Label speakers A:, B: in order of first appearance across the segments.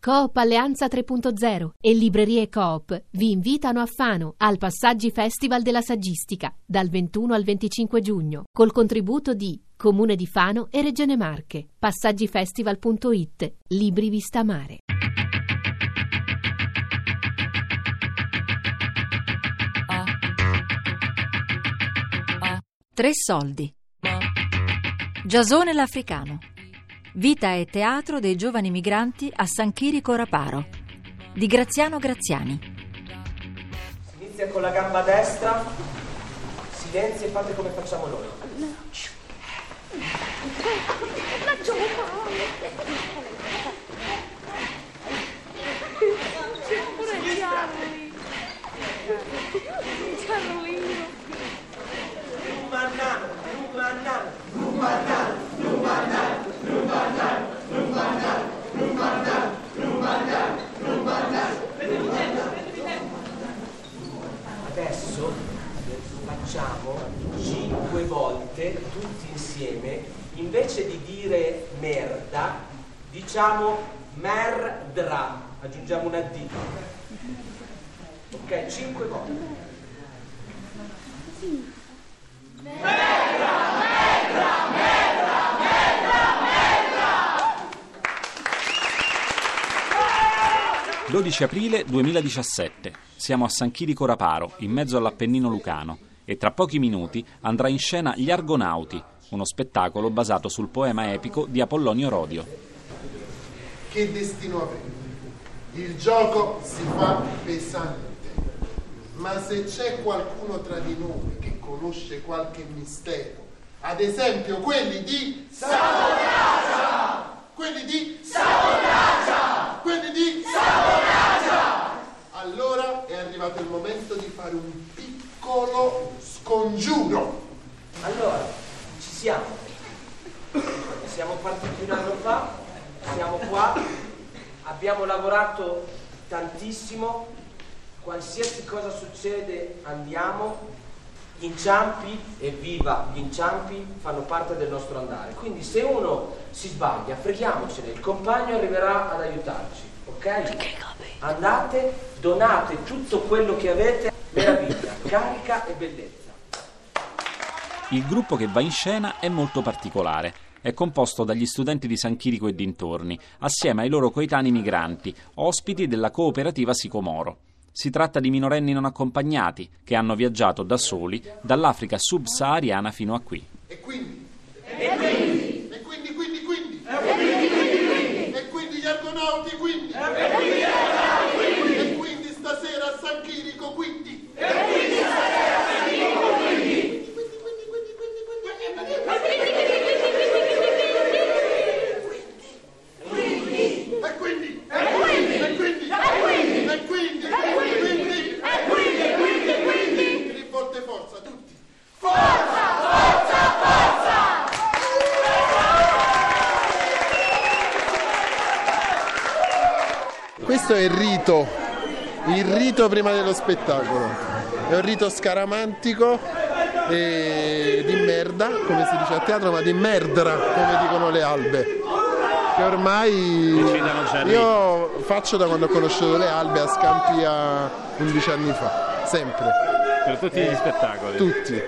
A: Coop Alleanza 3.0 e Librerie Coop vi invitano a Fano al Passaggi Festival della Saggistica dal 21 al 25 giugno col contributo di Comune di Fano e Regione Marche. Passaggifestival.it Libri Vista Mare.
B: Tre soldi. Giasone l'Africano. Vita e teatro dei giovani migranti a San Chirico Raparo. Di Graziano Graziani.
C: Inizia con la gamba destra, silenzio e fate come facciamo noi. Rumanano, rumanano, rumanano, rumanano, rumanano, rumanano, rumanano, rumanano, rumanano. Adesso facciamo cinque volte tutti insieme, invece di dire merda, diciamo merdra, aggiungiamo una D. Ok, cinque volte.
D: Sì. 12 aprile 2017. Siamo a San Chirico Raparo, in mezzo all'Appennino Lucano, e tra pochi minuti andrà in scena Gli Argonauti, uno spettacolo basato sul poema epico di Apollonio Rodio.
E: che destino avremo. Il gioco si fa pesante, ma se c'è qualcuno tra di noi che conosce qualche mistero, ad esempio quelli di Sabotaggio, quelli di Sabotaggio, quelli di Sabotaggio, allora è arrivato il momento di fare un piccolo scongiuro.
C: Allora, ci siamo. Siamo partiti un anno fa, siamo qua, abbiamo lavorato tantissimo, qualsiasi cosa succede andiamo, gli inciampi, evviva, gli inciampi fanno parte del nostro andare. Quindi se uno si sbaglia, freghiamocene, il compagno arriverà ad aiutarci, ok? Andate, donate tutto quello che avete, meraviglia, carica e bellezza.
D: Il gruppo che va in scena è molto particolare. È composto dagli studenti di San Chirico e dintorni, assieme ai loro coetanei migranti, ospiti della cooperativa Sicomoro. Si tratta di minorenni non accompagnati che hanno viaggiato da soli dall'Africa subsahariana fino a qui.
E: E quindi? E quindi? E quindi, quindi, quindi? E quindi, quindi, quindi? E quindi gli argonauti, quindi? E quindi E quindi stasera a San Chirico, quindi? E quindi stasera a San Chirico, quindi? Quindi, quindi, quindi, quindi, quindi? E quindi? E quindi? E quindi? E quindi? E quindi? E quindi? E quindi? E quindi? Tre volte forza, tutti! Questo è il rito, il rito prima dello spettacolo. È un rito scaramantico e di merda, come si dice a teatro, ma di merdra, come dicono le albe. Che ormai io faccio da quando ho conosciuto le albe a Scampia 11 anni fa, sempre, Eh,
F: Per tutti gli spettacoli.
E: tutti.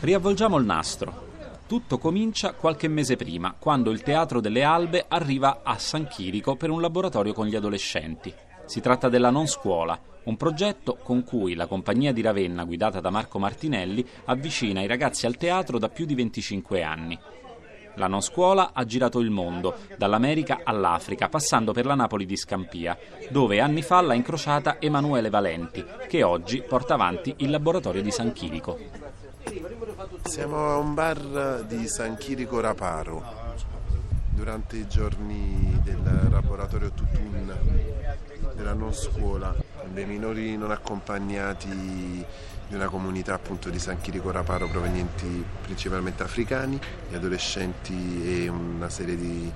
D: Riavvolgiamo il nastro. Tutto comincia qualche mese prima, quando il Teatro delle Albe arriva a San Chirico per un laboratorio con gli adolescenti. Si tratta della Non Scuola, un progetto con cui la compagnia di Ravenna, guidata da Marco Martinelli, avvicina i ragazzi al teatro da più di 25 anni. La non scuola ha girato il mondo, dall'America all'Africa, passando per la Napoli di Scampia, dove anni fa l'ha incrociata Emanuele Valenti, che oggi porta avanti il laboratorio di San Chirico.
E: Siamo a un bar di San Chirico Raparo durante i giorni del laboratorio Tutun della non scuola dei minori non accompagnati di una comunità appunto di San Chirico Raparo provenienti principalmente africani, gli adolescenti e una serie di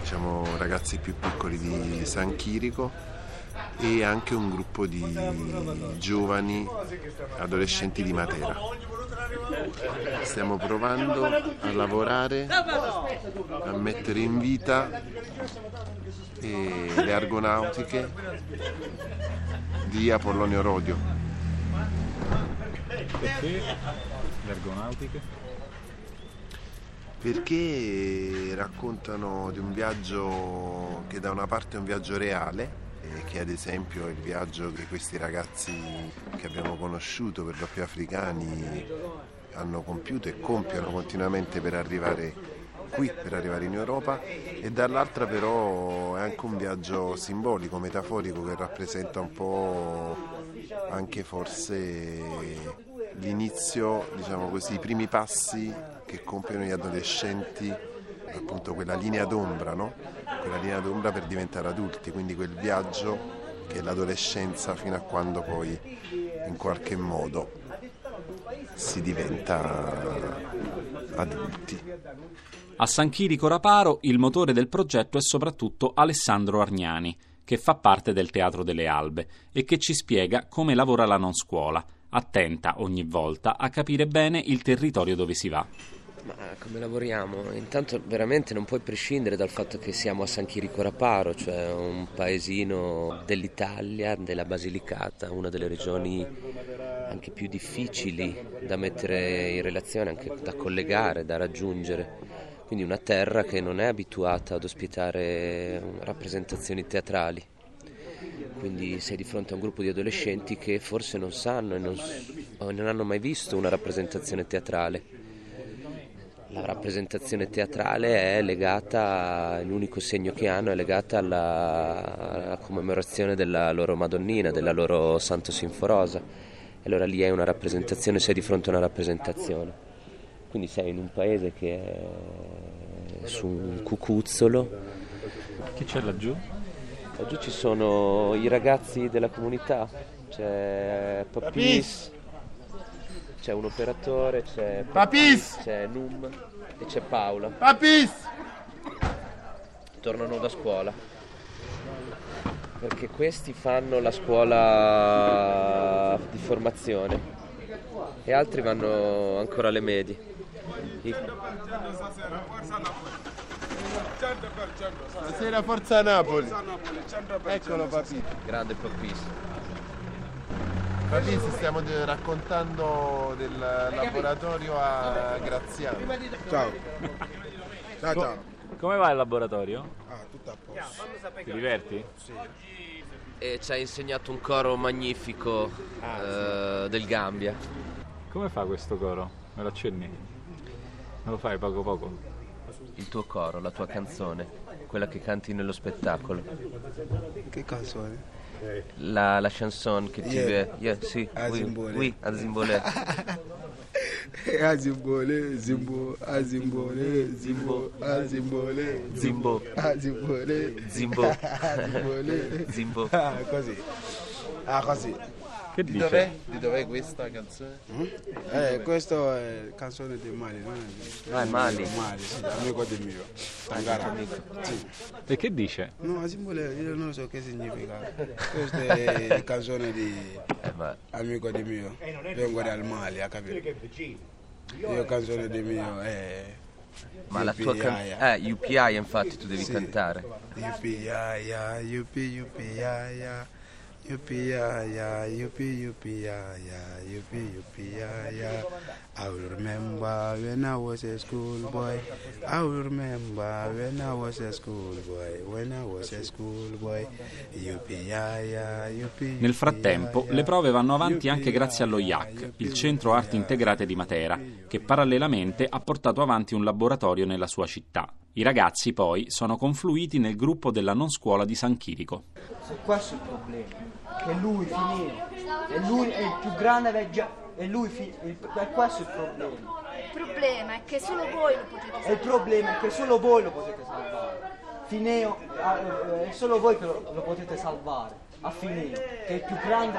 E: diciamo, ragazzi più piccoli di San Chirico e anche un gruppo di giovani adolescenti di Matera. Stiamo provando a lavorare, a mettere in vita eh, le argonautiche di Apollonio Rodio.
F: Perché le argonautiche?
E: perché raccontano di un viaggio che da una parte è un viaggio reale eh, che ad esempio è il viaggio che questi ragazzi che abbiamo conosciuto per lo più africani hanno compiuto e compiono continuamente per arrivare qui, per arrivare in Europa e dall'altra però è anche un viaggio simbolico, metaforico che rappresenta un po' anche forse l'inizio, diciamo così, i primi passi che compiono gli adolescenti, appunto quella linea d'ombra, no? quella linea d'ombra per diventare adulti, quindi quel viaggio che è l'adolescenza fino a quando poi in qualche modo si diventa adulti.
D: A San Chirico Raparo il motore del progetto è soprattutto Alessandro Argnani, che fa parte del Teatro delle Albe e che ci spiega come lavora la non scuola, attenta ogni volta a capire bene il territorio dove si va.
G: Ma come lavoriamo? Intanto veramente non puoi prescindere dal fatto che siamo a San Chirico Raparo, cioè un paesino dell'Italia, della Basilicata, una delle regioni anche più difficili da mettere in relazione, anche da collegare, da raggiungere. Quindi una terra che non è abituata ad ospitare rappresentazioni teatrali quindi sei di fronte a un gruppo di adolescenti che forse non sanno e non, o non hanno mai visto una rappresentazione teatrale. La rappresentazione teatrale è legata, l'unico segno che hanno è legata alla, alla commemorazione della loro Madonnina, della loro Santo Sinforosa. Allora lì è una rappresentazione, sei di fronte a una rappresentazione. Quindi sei in un paese che è su un cucuzzolo.
F: Chi c'è laggiù?
G: Oggi ci sono i ragazzi della comunità, c'è Papis, c'è un operatore, c'è
H: Papis,
G: c'è Num e c'è Paola.
H: Papis!
G: Tornano da scuola. Perché questi fanno la scuola di formazione e altri vanno ancora alle medie. I-
H: Stasera Forza Napoli. Eccolo Papis.
G: Grande Papis.
E: Papis, stiamo de- raccontando del laboratorio a Graziano.
I: Ciao. Ciao, ciao.
F: Come va il laboratorio?
I: Ah, tutto a posto.
F: Ti diverti?
G: E ci ha insegnato un coro magnifico eh, del Gambia.
F: Come fa questo coro? Me lo accenni? Me lo fai poco poco?
G: Il tuo coro, la tua canzone, quella che canti nello spettacolo,
I: Che canzone?
G: la, la chanson che ti
I: Yeah.
G: ve- yeah, sì,
I: Azimbole.
G: oui, oui, Azimbole.
I: Azimbole, zimbo, azimbole, zimbo, azimbole,
G: Zimbo.
I: azimbole,
G: Zimbo.
I: azimbole.
G: Zimbo.
I: Ah, così. Ah, così.
F: Che
E: Di
F: dice?
E: dov'è? Di dov'è questa canzone?
I: Eh, questo è canzone di Mali, non è
G: Ah, è Mali.
I: Mali, sì, amico di mio. Tangara. Sì.
F: E che dice?
I: No, azimbole, io non so che significa. Questa è canzone di
G: Eh, ma
I: Amico di mio, vengo dal Mali, ha capito? Io canzone di mio eh, è
G: ma la tua canzone... Eh, UPI infatti tu devi
I: Sì.
G: cantare.
I: Yupiaya, yupi yupiaya, yupiaya, yupi yupiaya, yupi yupiaya. I will remember when I was a schoolboy. I will remember when I was a schoolboy. When I was a schoolboy. Yupiaya, yupi.
D: Nel frattempo,
I: yupiaya,
D: le prove vanno avanti anche grazie allo
I: yupiaya,
D: IAC,
I: yupi
D: il Centro Arti
I: yupiaya.
D: Integrate di Matera, che parallelamente ha portato avanti un laboratorio nella sua città. I ragazzi poi sono confluiti nel gruppo della non scuola di San Chirico.
J: Questo è il problema. Che lui finire. E lui è il più grande che già. E lui fi- il- e questo è il problema.
K: Il problema è che solo voi lo potete
J: E il problema è che solo voi lo potete salvare. Fineo, ah, eh, è solo voi che lo, lo potete salvare. A Fineo, che è il più grande.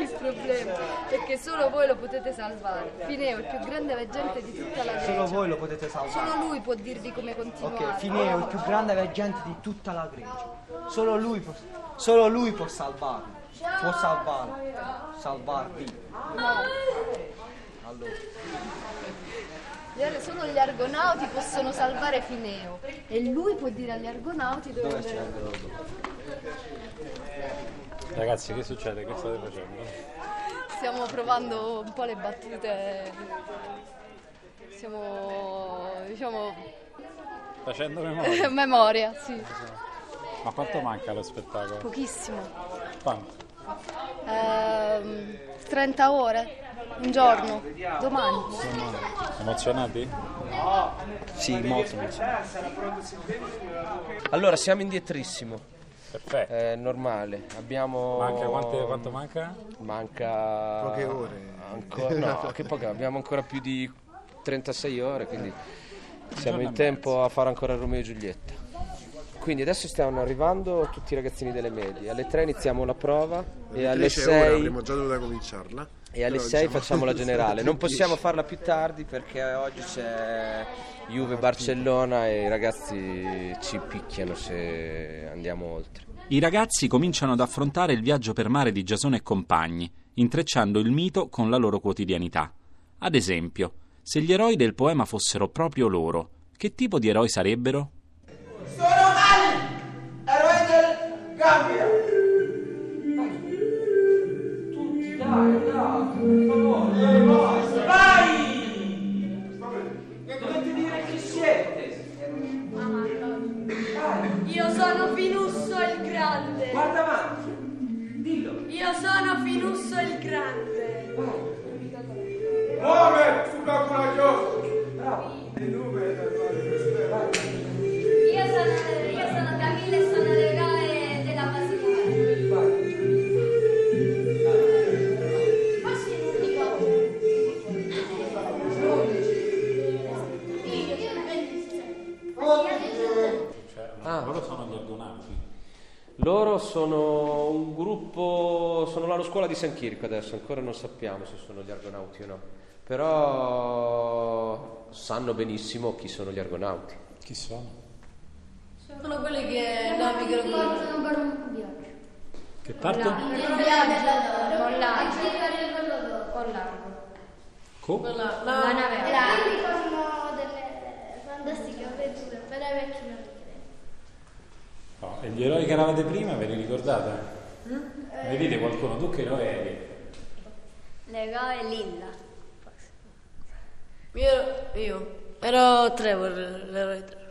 K: Il problema è che solo voi lo potete salvare. Fineo è il più grande veggente di tutta la
J: Solo
K: Grecia.
J: voi lo potete salvare.
K: Solo lui può dirvi come
J: Ok,
K: continuare.
J: Fineo è il più grande veggente di tutta la Grecia. Solo lui può, solo lui può salvarvi. Può salvarvi. Salvarvi.
K: No, Gli- Solo gli argonauti possono salvare Fineo e lui può dire agli argonauti dove
H: Dove c'è
K: andare.
F: Ragazzi, che succede? Che state facendo?
K: Stiamo provando un po' le battute. Siamo, diciamo,
F: Facendo memoria.
K: memoria, sì,
F: Ma
L: Eh.
F: quanto manca lo spettacolo?
K: pochissimo.
F: Quanto?
K: Ehm, 30 ore, un giorno, domani.
F: Emozionati?
G: Sì, molto.
C: Sì.
G: Allora, siamo indietrissimo.
F: Perfetto.
G: È normale. Abbiamo.
F: Manca quante- quanto manca?
G: Manca.
F: Poche ore.
G: Ancora. No, che poche. Abbiamo ancora più di 36 ore, quindi siamo
F: giorno
G: in
F: e
G: tempo a fare ancora Romeo e Giulietta. Quindi adesso stanno arrivando tutti i ragazzini delle medie. Alle 3 iniziamo la prova e
E: Alle
G: alle
E: 3 c'è ora,
G: 6
E: avremmo già dovuto cominciarla.
G: E alle
E: Però,
G: 6
E: diciamo,
G: facciamo la generale. Non possiamo
E: fare
G: farla più tardi perché oggi c'è Juve Barcellona e i ragazzi ci picchiano se andiamo oltre.
D: I ragazzi cominciano ad affrontare il viaggio per mare di Giasone e compagni, intrecciando il mito con la loro quotidianità. Ad esempio, se gli eroi del poema fossero proprio loro, che tipo di eroi sarebbero?
H: Eroi del Gambia. Tutti, dai, dai, per favore. Vai, vai.
C: E dovete dire chi siete.
L: Io sono Finusso il Grande.
C: Guarda avanti. Dillo.
L: Io sono Finusso il Grande.
H: Muove, sulla coraggioso. Bravo.
L: Io sono, io sono Camilla e sono regale della Basilea. Ma sei l'unico.
G: Ah,
F: sono gli argonauti.
G: loro sono un gruppo, sono alla scuola di San Chirico adesso, ancora non sappiamo se sono gli argonauti o no, però sanno benissimo chi sono gli argonauti.
F: Chi sono?
L: Sono quelli che navigano con
F: Che
L: Il viaggio con l'arco. Con l'arco.
F: Co?
L: La,
M: La nave.
L: ricordano delle fantastiche avventure per i vecchi
F: No, E gli eroi che eravate prima ve li ricordate? Mi dite qualcuno, tu che eroe eri?
M: Lego e Lilla.
L: Io, io ero Trevor, l'eroe Trevor.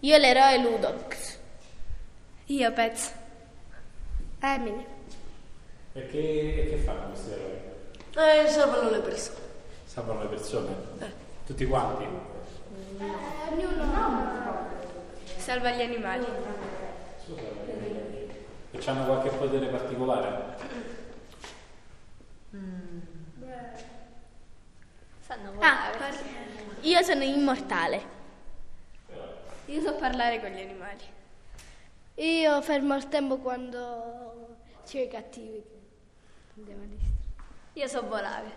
M: Io l'eroe Ludox. Io Pez. Emily.
F: E che, e che fanno questi eroi?
L: Eh, salvano le persone.
F: Salvano le persone? Tutti quanti?
M: Salva gli animali.
F: E hanno qualche potere particolare?
M: Ah, par- io sono immortale. Io so parlare con gli animali.
N: Io fermo il tempo quando c'è i cattivi. Andiamo a destra.
M: Io so volare.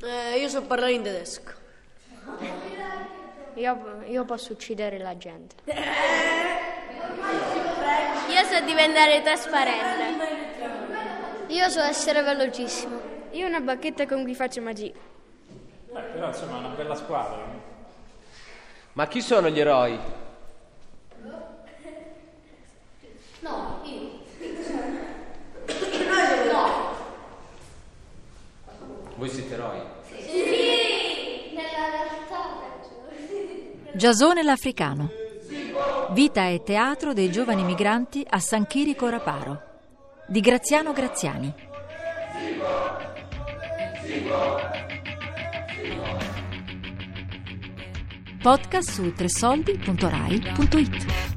L: Eh, io so parlare in tedesco.
M: Io, posso uccidere la gente. Io so diventare trasparente. Io so essere velocissimo. Io ho una bacchetta con cui faccio magia.
F: Eh, però insomma è una bella squadra.
G: Ma chi sono gli eroi?
L: No, io.
G: Voi siete eroi?
L: Sì! Nella realtà.
B: Giasone l'Africano. Vita e teatro dei giovani migranti a San Chirico Raparo. Di Graziano Graziani. Podcast su tresoldi.rai.it